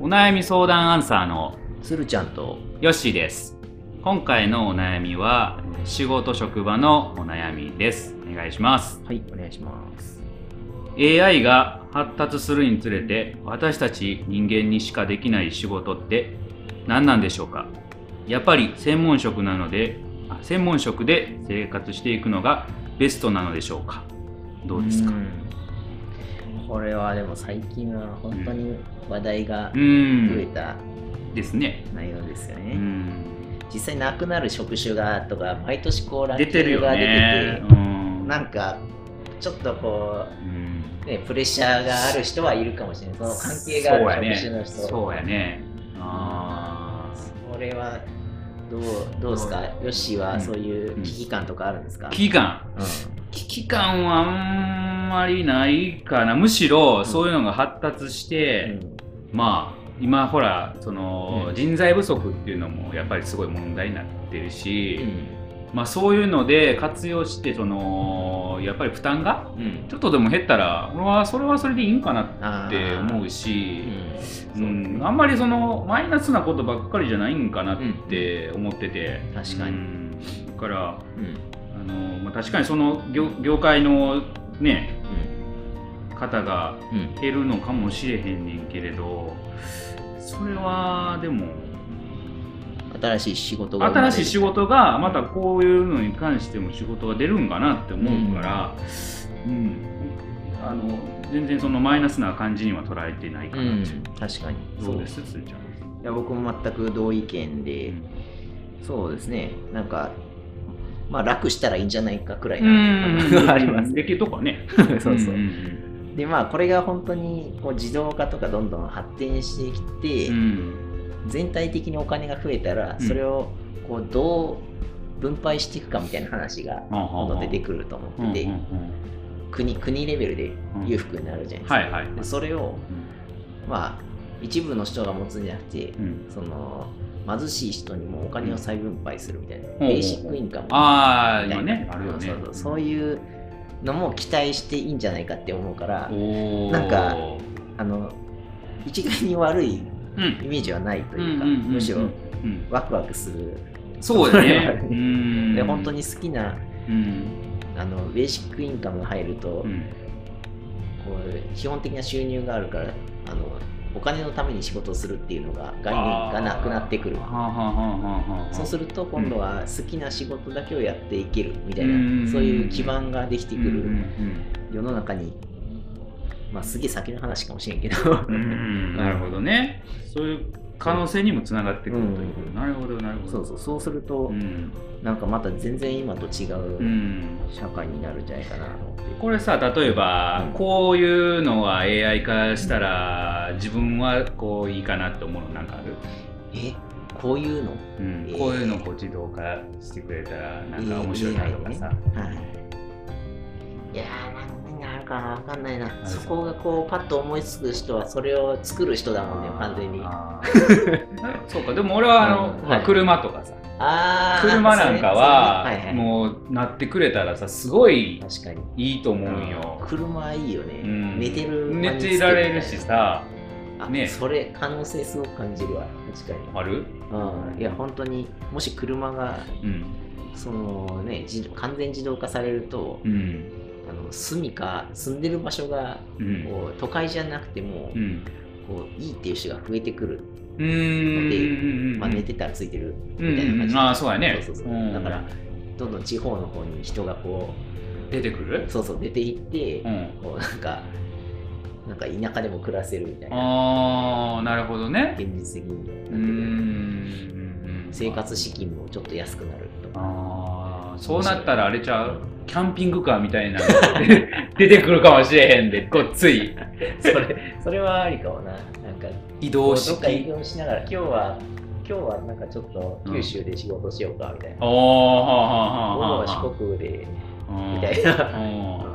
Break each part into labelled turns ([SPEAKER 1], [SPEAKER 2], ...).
[SPEAKER 1] 悩み相談アンサーの
[SPEAKER 2] 鶴ちゃんと
[SPEAKER 1] ヨッシーです今回のお悩みは仕事職場のお悩みですお願いします
[SPEAKER 2] はいお願いします
[SPEAKER 1] AI が発達するにつれて私たち人間にしかできない仕事って何なんでしょうかやっぱり専門職なのであ専門職で生活していくのがベストなのでしょうかどうですか
[SPEAKER 2] うんこれはでも最近は本当に話題が
[SPEAKER 1] う
[SPEAKER 2] 増え
[SPEAKER 1] ん
[SPEAKER 2] た
[SPEAKER 1] ですね
[SPEAKER 2] 内容ですよ
[SPEAKER 1] う
[SPEAKER 2] ね、
[SPEAKER 1] ん
[SPEAKER 2] 実際なくなる職種がとか毎年こうランキ
[SPEAKER 1] 出
[SPEAKER 2] ン
[SPEAKER 1] てる
[SPEAKER 2] グ
[SPEAKER 1] よ
[SPEAKER 2] が出てて
[SPEAKER 1] ねうん
[SPEAKER 2] なんかちょっとこ
[SPEAKER 1] うん
[SPEAKER 2] う、ね、プレッシャーがある人はいるかもしれないその関係がある職種の人
[SPEAKER 1] そうやねそうやねあ
[SPEAKER 2] これはどうどうですかヨッシー
[SPEAKER 1] うん
[SPEAKER 2] はそういう
[SPEAKER 1] うん
[SPEAKER 2] 危機感とかあるんですか、
[SPEAKER 1] ー危機感
[SPEAKER 2] う
[SPEAKER 1] 危機感はあんまりないかなむしろそういうのが発達して、
[SPEAKER 2] ん
[SPEAKER 1] まあ今ほらその、
[SPEAKER 2] うん
[SPEAKER 1] 人材不足っていうのもやっぱりすごい問題になってるし、
[SPEAKER 2] う
[SPEAKER 1] まあ、そういうので活用してそのやっぱり負担が
[SPEAKER 2] んうん
[SPEAKER 1] ちょっとでも減ったら俺はそれはそれでいいんかなっ
[SPEAKER 2] あ
[SPEAKER 1] て思う
[SPEAKER 2] し、
[SPEAKER 1] し
[SPEAKER 2] う、んそう
[SPEAKER 1] うん、あんまりそのマイナスなことばっかりじゃないんかなって思ってて、
[SPEAKER 2] ん確かに
[SPEAKER 1] うんだから
[SPEAKER 2] うん
[SPEAKER 1] あの、まあ、確かにその業業界のね
[SPEAKER 2] う
[SPEAKER 1] 方が
[SPEAKER 2] んうん
[SPEAKER 1] 減るのかもしれへんねんけれどそれはでも
[SPEAKER 2] 新しい仕事が生まれ
[SPEAKER 1] 新
[SPEAKER 2] る
[SPEAKER 1] しい仕事がまたこういうのに関しても仕事が出るんかなって思うから、うんあの全然そのマイナスな感じには捉えてないか
[SPEAKER 2] う
[SPEAKER 1] なっ
[SPEAKER 2] ん
[SPEAKER 1] ていう、
[SPEAKER 2] 確かに
[SPEAKER 1] どうですつーちゃん。
[SPEAKER 2] いや僕も全く同意見で、そうですねなんかまあ楽したらいいんじゃないかくらい
[SPEAKER 1] うん
[SPEAKER 2] なあります
[SPEAKER 1] できるとこはね。
[SPEAKER 2] そうそう、
[SPEAKER 1] ん
[SPEAKER 2] でまあこれが本当にこう自動化とかどんどん発展してきて、
[SPEAKER 1] うん
[SPEAKER 2] 全体的にお金が増えたら
[SPEAKER 1] うん
[SPEAKER 2] それをこうどう分配していくかみたいな話が
[SPEAKER 1] うん
[SPEAKER 2] 今度出てくると思ってて、
[SPEAKER 1] うんうん
[SPEAKER 2] 国国レベルで裕福になるじゃ
[SPEAKER 1] う
[SPEAKER 2] なんいですか、
[SPEAKER 1] はいはい。
[SPEAKER 2] でそれをまあ一部の人が持つんじゃなくて
[SPEAKER 1] うん
[SPEAKER 2] その貧しい人にもお金を再分配するみたいな、
[SPEAKER 1] うん
[SPEAKER 2] ベーシックインカムみたいな
[SPEAKER 1] ああ、今ね、あるよね。
[SPEAKER 2] そうそうそういうのも期待していいんじゃないかって思うから
[SPEAKER 1] おー
[SPEAKER 2] なんかあの一概に悪い
[SPEAKER 1] うん
[SPEAKER 2] イメージはないと
[SPEAKER 1] うん
[SPEAKER 2] いうか、
[SPEAKER 1] うんうんうん
[SPEAKER 2] むしろ
[SPEAKER 1] うん
[SPEAKER 2] ワクワクする、
[SPEAKER 1] そうだ ね。う
[SPEAKER 2] で
[SPEAKER 1] ん
[SPEAKER 2] 本当に好きな
[SPEAKER 1] うん
[SPEAKER 2] あのベーシックインカムが入ると、
[SPEAKER 1] うん
[SPEAKER 2] こう基本的な収入があるからあのお金のために仕事をするっていうのが概念がなくなってくる
[SPEAKER 1] はあはあはあはあはあ
[SPEAKER 2] そうすると今度は好きな仕事だけをやっていけるみたいな、
[SPEAKER 1] うん
[SPEAKER 2] そういう基盤ができてく
[SPEAKER 1] う
[SPEAKER 2] る
[SPEAKER 1] ん
[SPEAKER 2] 世の中に、まあ、すげえ先の話かもしれんけど、
[SPEAKER 1] うんうんうんなるほどね。そういう可能性にもつながってくるということ。なるほど、なるほど。
[SPEAKER 2] そうそうそうすると、
[SPEAKER 1] うん
[SPEAKER 2] なんかまた全然今と違
[SPEAKER 1] う
[SPEAKER 2] うん社会になるんじゃないかなと思って、
[SPEAKER 1] これさ例えば、
[SPEAKER 2] うん
[SPEAKER 1] こういうのは AI 化したら、自分はこういいかなって思うのなんかある、
[SPEAKER 2] えこういうの
[SPEAKER 1] うん
[SPEAKER 2] えー
[SPEAKER 1] こういうのこう自動化してくれたらなんか面白いなとかさ、
[SPEAKER 2] はい。いやー、何があるかな、わかんない
[SPEAKER 1] る
[SPEAKER 2] な。そこがこう、パッと思いつく人は、それを作る人だもんね、完全に。あ
[SPEAKER 1] あー そうかでも俺はあの、
[SPEAKER 2] うんはい
[SPEAKER 1] 車とかさ
[SPEAKER 2] あー、
[SPEAKER 1] 車なんかは、
[SPEAKER 2] そうねそうねはいはい、
[SPEAKER 1] もうなってくれたらさすごい
[SPEAKER 2] 確かに。
[SPEAKER 1] いいと思うんよ、
[SPEAKER 2] 車いいよね。
[SPEAKER 1] うん
[SPEAKER 2] 寝てる間
[SPEAKER 1] 寝
[SPEAKER 2] につけ
[SPEAKER 1] てられるしさ
[SPEAKER 2] あ
[SPEAKER 1] ね
[SPEAKER 2] それ、可能性すごく感じるわ、確かに。
[SPEAKER 1] ある、
[SPEAKER 2] うん、いや、本当に、もし車が、
[SPEAKER 1] うん
[SPEAKER 2] そのね、自完全自動化されると、
[SPEAKER 1] うん
[SPEAKER 2] あの住みか、住んでる場所が、
[SPEAKER 1] うん
[SPEAKER 2] こう都会じゃなくても、
[SPEAKER 1] うん
[SPEAKER 2] こういいっていう人が増えてくる
[SPEAKER 1] うーん
[SPEAKER 2] まあ、寝てたらついてる
[SPEAKER 1] うん
[SPEAKER 2] みたいな感じ
[SPEAKER 1] うんああそうやね
[SPEAKER 2] そうそうそう
[SPEAKER 1] うん
[SPEAKER 2] だからどんどん地方の方に人がこ
[SPEAKER 1] 出てくる
[SPEAKER 2] うそうそう出ていって、
[SPEAKER 1] うん
[SPEAKER 2] こうなんかなんか田舎でも暮らせるみたいな
[SPEAKER 1] ああなるほどね
[SPEAKER 2] 現実的になっ
[SPEAKER 1] う
[SPEAKER 2] てく
[SPEAKER 1] ー
[SPEAKER 2] る
[SPEAKER 1] ん
[SPEAKER 2] 生活資金もちょっと安くなるとか
[SPEAKER 1] ああそうなったらあれちゃうキャンピングカーみたいな の出てくるかもしれへんでごっつい
[SPEAKER 2] それ それはありかもななんか
[SPEAKER 1] 移
[SPEAKER 2] こ
[SPEAKER 1] 動
[SPEAKER 2] うどっか移
[SPEAKER 1] 式
[SPEAKER 2] 動しながら今日は今日はなんかちょっと九州で仕事しようかみたいな、
[SPEAKER 1] おおはあ
[SPEAKER 2] 午
[SPEAKER 1] はあ
[SPEAKER 2] 後
[SPEAKER 1] は
[SPEAKER 2] は
[SPEAKER 1] あは
[SPEAKER 2] 四国で
[SPEAKER 1] あ
[SPEAKER 2] みたいな、
[SPEAKER 1] うん
[SPEAKER 2] うん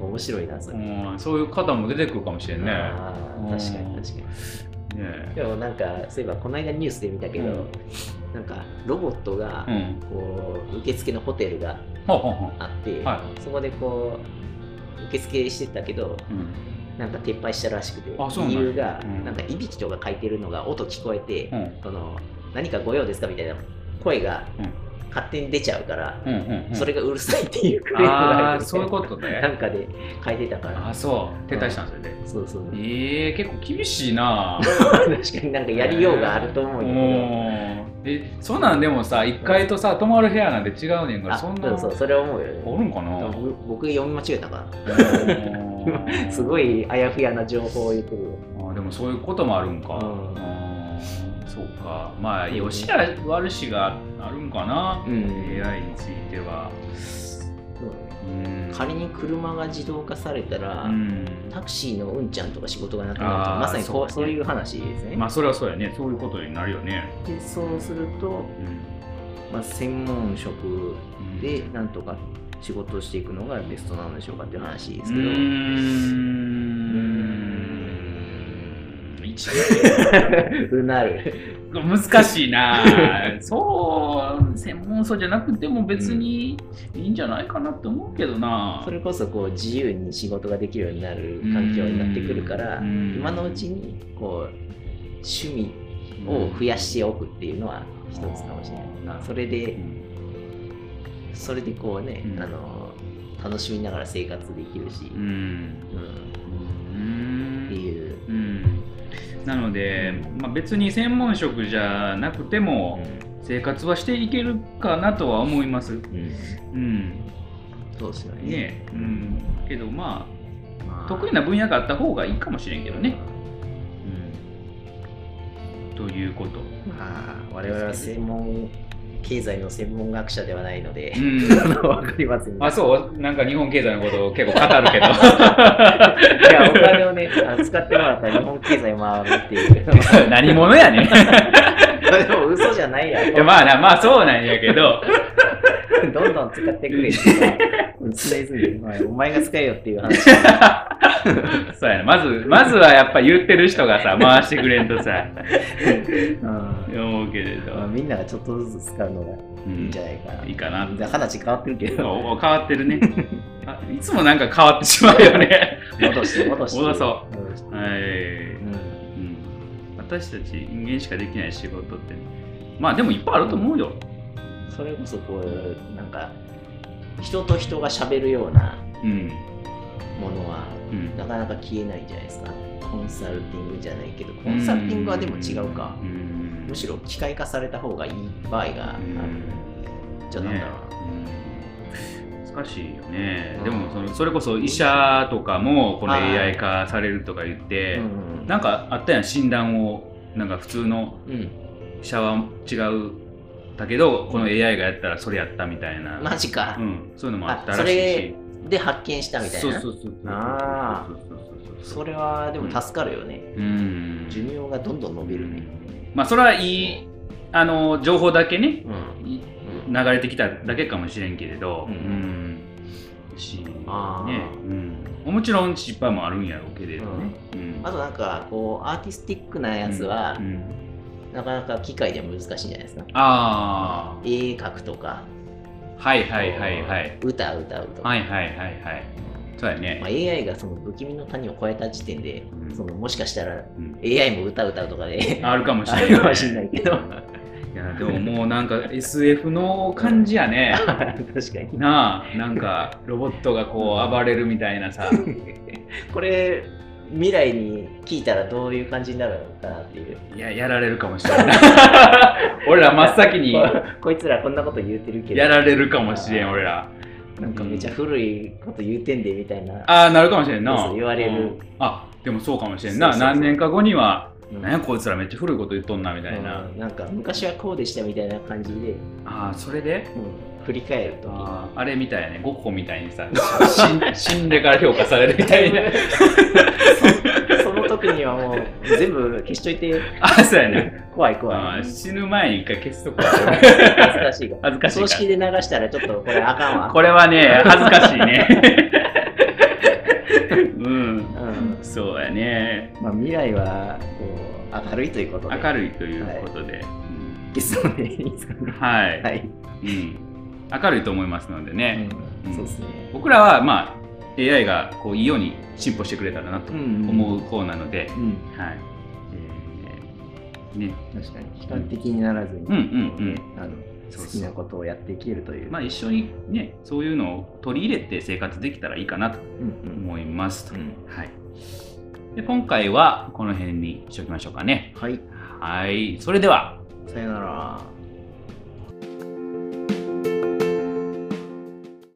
[SPEAKER 2] 面白いなそれ、
[SPEAKER 1] うんうんそういう方も出てくるかもしれんね
[SPEAKER 2] あー確かに確かに
[SPEAKER 1] ね
[SPEAKER 2] でもなんかそういえばこの間ニュースで見たけど、なんかロボットが
[SPEAKER 1] えうん
[SPEAKER 2] こう受付のホテルが
[SPEAKER 1] ほうほうほう
[SPEAKER 2] あって、
[SPEAKER 1] は
[SPEAKER 2] そこでこう受付してたけど
[SPEAKER 1] うん
[SPEAKER 2] なんか撤廃したらしくて
[SPEAKER 1] あそうなん
[SPEAKER 2] 理
[SPEAKER 1] や
[SPEAKER 2] 由が、
[SPEAKER 1] うん
[SPEAKER 2] なんかいびきとか書いてるのが音聞こえて、
[SPEAKER 1] うん
[SPEAKER 2] その何かご用ですかみたいな声が
[SPEAKER 1] うん
[SPEAKER 2] 勝手に出ちゃうから、
[SPEAKER 1] うんうんうん
[SPEAKER 2] それがうるさいっていうクレームが
[SPEAKER 1] あ
[SPEAKER 2] あ
[SPEAKER 1] あ
[SPEAKER 2] る
[SPEAKER 1] そういうこと
[SPEAKER 2] なん
[SPEAKER 1] ね
[SPEAKER 2] かで書いてたから
[SPEAKER 1] あそう撤退したんですよね
[SPEAKER 2] そうそう
[SPEAKER 1] ええ結構厳しいな
[SPEAKER 2] 確かになんかやりようがあると思
[SPEAKER 1] お
[SPEAKER 2] うんや
[SPEAKER 1] ーえそんなんでもさ1階とさ泊まる部屋なんて違うねんか
[SPEAKER 2] けど
[SPEAKER 1] ら
[SPEAKER 2] あ
[SPEAKER 1] そ
[SPEAKER 2] そ
[SPEAKER 1] ん
[SPEAKER 2] う
[SPEAKER 1] な
[SPEAKER 2] そうそれ思うよね
[SPEAKER 1] おるんかな
[SPEAKER 2] 僕僕読み間違えたかな す
[SPEAKER 1] い
[SPEAKER 2] ごいあやふやな情報を言ってるよ
[SPEAKER 1] あでもそういうこともあるんか、
[SPEAKER 2] うん
[SPEAKER 1] あーそうかまあ
[SPEAKER 2] うん
[SPEAKER 1] 良し悪しがあるんかな、
[SPEAKER 2] うん
[SPEAKER 1] AI についてはうん
[SPEAKER 2] 仮に車が自動化されたら、
[SPEAKER 1] うん
[SPEAKER 2] タクシーのうんちゃんとか仕事がなくなると
[SPEAKER 1] あー
[SPEAKER 2] まさにこう
[SPEAKER 1] そ
[SPEAKER 2] そうう
[SPEAKER 1] ね
[SPEAKER 2] いう話ですね、
[SPEAKER 1] まあそれはそうやねそういうことになるよね、
[SPEAKER 2] でそうすると、まあ、専門職
[SPEAKER 1] うん
[SPEAKER 2] でなんとか仕事をしていくのがベストなんでしょうかっていう話で
[SPEAKER 1] うー
[SPEAKER 2] すけど、
[SPEAKER 1] ん一
[SPEAKER 2] うなる
[SPEAKER 1] 難しいなあそう専門層じゃなくても別にいいんじゃないかなって思うけどな
[SPEAKER 2] それこそこう自由に仕事ができるようになる環境になってくるから
[SPEAKER 1] うん
[SPEAKER 2] 今のうちにこう趣味を増やしておくっていうのは一つかもしれ
[SPEAKER 1] なるほ
[SPEAKER 2] ない
[SPEAKER 1] ど
[SPEAKER 2] それ
[SPEAKER 1] う
[SPEAKER 2] で
[SPEAKER 1] ん
[SPEAKER 2] それでこうね、
[SPEAKER 1] うん
[SPEAKER 2] あの楽しみながら生活できるし、
[SPEAKER 1] う
[SPEAKER 2] うんって
[SPEAKER 1] ん
[SPEAKER 2] いう、
[SPEAKER 1] うんなので、まあ、別に専門職じゃなくても生活はしていけるかなとは思います。
[SPEAKER 2] うん
[SPEAKER 1] うん、
[SPEAKER 2] そうですよね
[SPEAKER 1] ねえ、うん、けどま
[SPEAKER 2] ま
[SPEAKER 1] あ
[SPEAKER 2] あ
[SPEAKER 1] 得意な分野があった方がいいかもしれんけどね。という こと。
[SPEAKER 2] まあ我々は専門経済の専門学者ではないので
[SPEAKER 1] う、ん、
[SPEAKER 2] わかりません
[SPEAKER 1] あそうなんか日本経済のことを結構語る けど
[SPEAKER 2] いや、お金をね、あの使ってもらったら日本経済回るっていう。
[SPEAKER 1] 何者やねん。
[SPEAKER 2] でも嘘じゃないや
[SPEAKER 1] いや
[SPEAKER 2] ろ。
[SPEAKER 1] まあなまあそうなんやけど。
[SPEAKER 2] どんどん使ってくれっていうのは常々、まあお前が使えよっていう話。
[SPEAKER 1] そうやな、まず、まずはやっぱ言ってる人がさ、回してくれんとさ、
[SPEAKER 2] うんま
[SPEAKER 1] 思うけれど、
[SPEAKER 2] あ、みんながちょっとずつ使うのが
[SPEAKER 1] う
[SPEAKER 2] いいん
[SPEAKER 1] ん
[SPEAKER 2] じゃないかな。
[SPEAKER 1] いいかな。
[SPEAKER 2] で話変わってるけど、
[SPEAKER 1] おお変わってるね。あいつもなんか変わってしまうよね。
[SPEAKER 2] 戻して戻して。
[SPEAKER 1] 戻そ
[SPEAKER 2] 戻して
[SPEAKER 1] はい、
[SPEAKER 2] うん
[SPEAKER 1] うん。私たち人間しかできない仕事って、まあでもいっぱいあると思うよ。
[SPEAKER 2] それこそこう、なんか、人と人が喋るような
[SPEAKER 1] うん。
[SPEAKER 2] ものは、
[SPEAKER 1] うん。
[SPEAKER 2] なかなか消えないじゃないですか。コンサルティングじゃないけど、コンサルティングはでも違うか。
[SPEAKER 1] うん。
[SPEAKER 2] むしろ機械化された方がいい場合があるんじゃないかな。
[SPEAKER 1] うん難しいよね、
[SPEAKER 2] うん
[SPEAKER 1] でもそのそれこそ医者とかもこの
[SPEAKER 2] はい
[SPEAKER 1] AI 化されるとか言って、
[SPEAKER 2] うん
[SPEAKER 1] なんかあったやん診断をなんか普通の
[SPEAKER 2] うん、
[SPEAKER 1] 医者は違うだけどこの AI がやったらそれやったみたいな、
[SPEAKER 2] マジか、
[SPEAKER 1] うん、そういうのもあったらし
[SPEAKER 2] あそ
[SPEAKER 1] いし
[SPEAKER 2] れで発見したみたいな。
[SPEAKER 1] そうそうそうそう
[SPEAKER 2] あー
[SPEAKER 1] そうそうそうそう
[SPEAKER 2] それはでも助かるよね。
[SPEAKER 1] うん
[SPEAKER 2] 寿命がどんどん伸びるね。
[SPEAKER 1] まあそれはいいあの情報だけね
[SPEAKER 2] うん。
[SPEAKER 1] い
[SPEAKER 2] うん
[SPEAKER 1] 流れてきただけかもしれんけれど、
[SPEAKER 2] うん
[SPEAKER 1] うんし
[SPEAKER 2] あー
[SPEAKER 1] ねうん、もちろん失敗もあるんやろうけれどね、うん
[SPEAKER 2] あとなんかこうアーティスティックなやつは、
[SPEAKER 1] うんうん
[SPEAKER 2] なかなか機械では難しいんじゃないですか。
[SPEAKER 1] あ
[SPEAKER 2] 絵描くとか、
[SPEAKER 1] あはいはいはいはい
[SPEAKER 2] こう歌歌うとか、
[SPEAKER 1] はいはいはいはいそうやね
[SPEAKER 2] まあ、AI がその不気味の谷を越えた時点で、
[SPEAKER 1] うん
[SPEAKER 2] そのもしかしたら
[SPEAKER 1] うん
[SPEAKER 2] AI も歌歌うとかで、
[SPEAKER 1] あるかもし
[SPEAKER 2] あ
[SPEAKER 1] れない
[SPEAKER 2] るかもし れないけど、
[SPEAKER 1] いやでももうなんか SF の感じや ね
[SPEAKER 2] 確かに。
[SPEAKER 1] なあなんかロボットがこう暴れるみたいなさ
[SPEAKER 2] これ未来に聞いたらどういう感じになるのかなっていう
[SPEAKER 1] いややられるかもしれ ない俺ら真っ先に
[SPEAKER 2] ここいつらこんなこと言うてるけど
[SPEAKER 1] やられるかもしれん俺ら
[SPEAKER 2] なんかめっちゃ古いこと言うてんでみたいな、
[SPEAKER 1] ああなるかもしれんな
[SPEAKER 2] そうそう言われる
[SPEAKER 1] うんあでもそうかもしれんな
[SPEAKER 2] そうそうそ
[SPEAKER 1] 何
[SPEAKER 2] う
[SPEAKER 1] 年か後には
[SPEAKER 2] うん
[SPEAKER 1] 何やこいつらめっちゃ古いこと言っとんなみたいな、
[SPEAKER 2] うんなんか昔はこうでしたみたいな感じで、
[SPEAKER 1] ああそれで
[SPEAKER 2] うん振り返ると
[SPEAKER 1] あーあれみたいやねゴッホみたいにさ 死ん死んでから評価されるみたいな
[SPEAKER 2] そ その時にはもう全部消しといて
[SPEAKER 1] あそうやね
[SPEAKER 2] 怖い怖
[SPEAKER 1] あ
[SPEAKER 2] い
[SPEAKER 1] ー死ぬ前に一回消しとくわ
[SPEAKER 2] 恥ずかしいから
[SPEAKER 1] 恥ずかしい
[SPEAKER 2] 葬
[SPEAKER 1] か
[SPEAKER 2] 式で流したらちょっとこれあかん
[SPEAKER 1] ら
[SPEAKER 2] わ
[SPEAKER 1] これは ね恥ずかしいねうん
[SPEAKER 2] うん
[SPEAKER 1] そうやね
[SPEAKER 2] まあ、未来はこう明るいということで
[SPEAKER 1] 明るいということで、
[SPEAKER 2] ゲストでいいですかね
[SPEAKER 1] はい、
[SPEAKER 2] はい、
[SPEAKER 1] うん、明るいと思いますのでね、
[SPEAKER 2] うんそうですね
[SPEAKER 1] 僕らはまあ AI がこういいように進歩してくれたらなと思う方なので、
[SPEAKER 2] うん、
[SPEAKER 1] はいえーね、
[SPEAKER 2] 確かに悲観的にならずに、
[SPEAKER 1] うんうん
[SPEAKER 2] あの
[SPEAKER 1] そうそう
[SPEAKER 2] 好きなことをやっていけるという。
[SPEAKER 1] まあ、一緒に、ね、そういうのを取り入れて生活できたらいいかなと
[SPEAKER 2] うんうん
[SPEAKER 1] 思いますと、
[SPEAKER 2] うん
[SPEAKER 1] はい、で今回はこの辺にしておきましょうかね
[SPEAKER 2] はい、
[SPEAKER 1] はいそれでは
[SPEAKER 2] さよなら。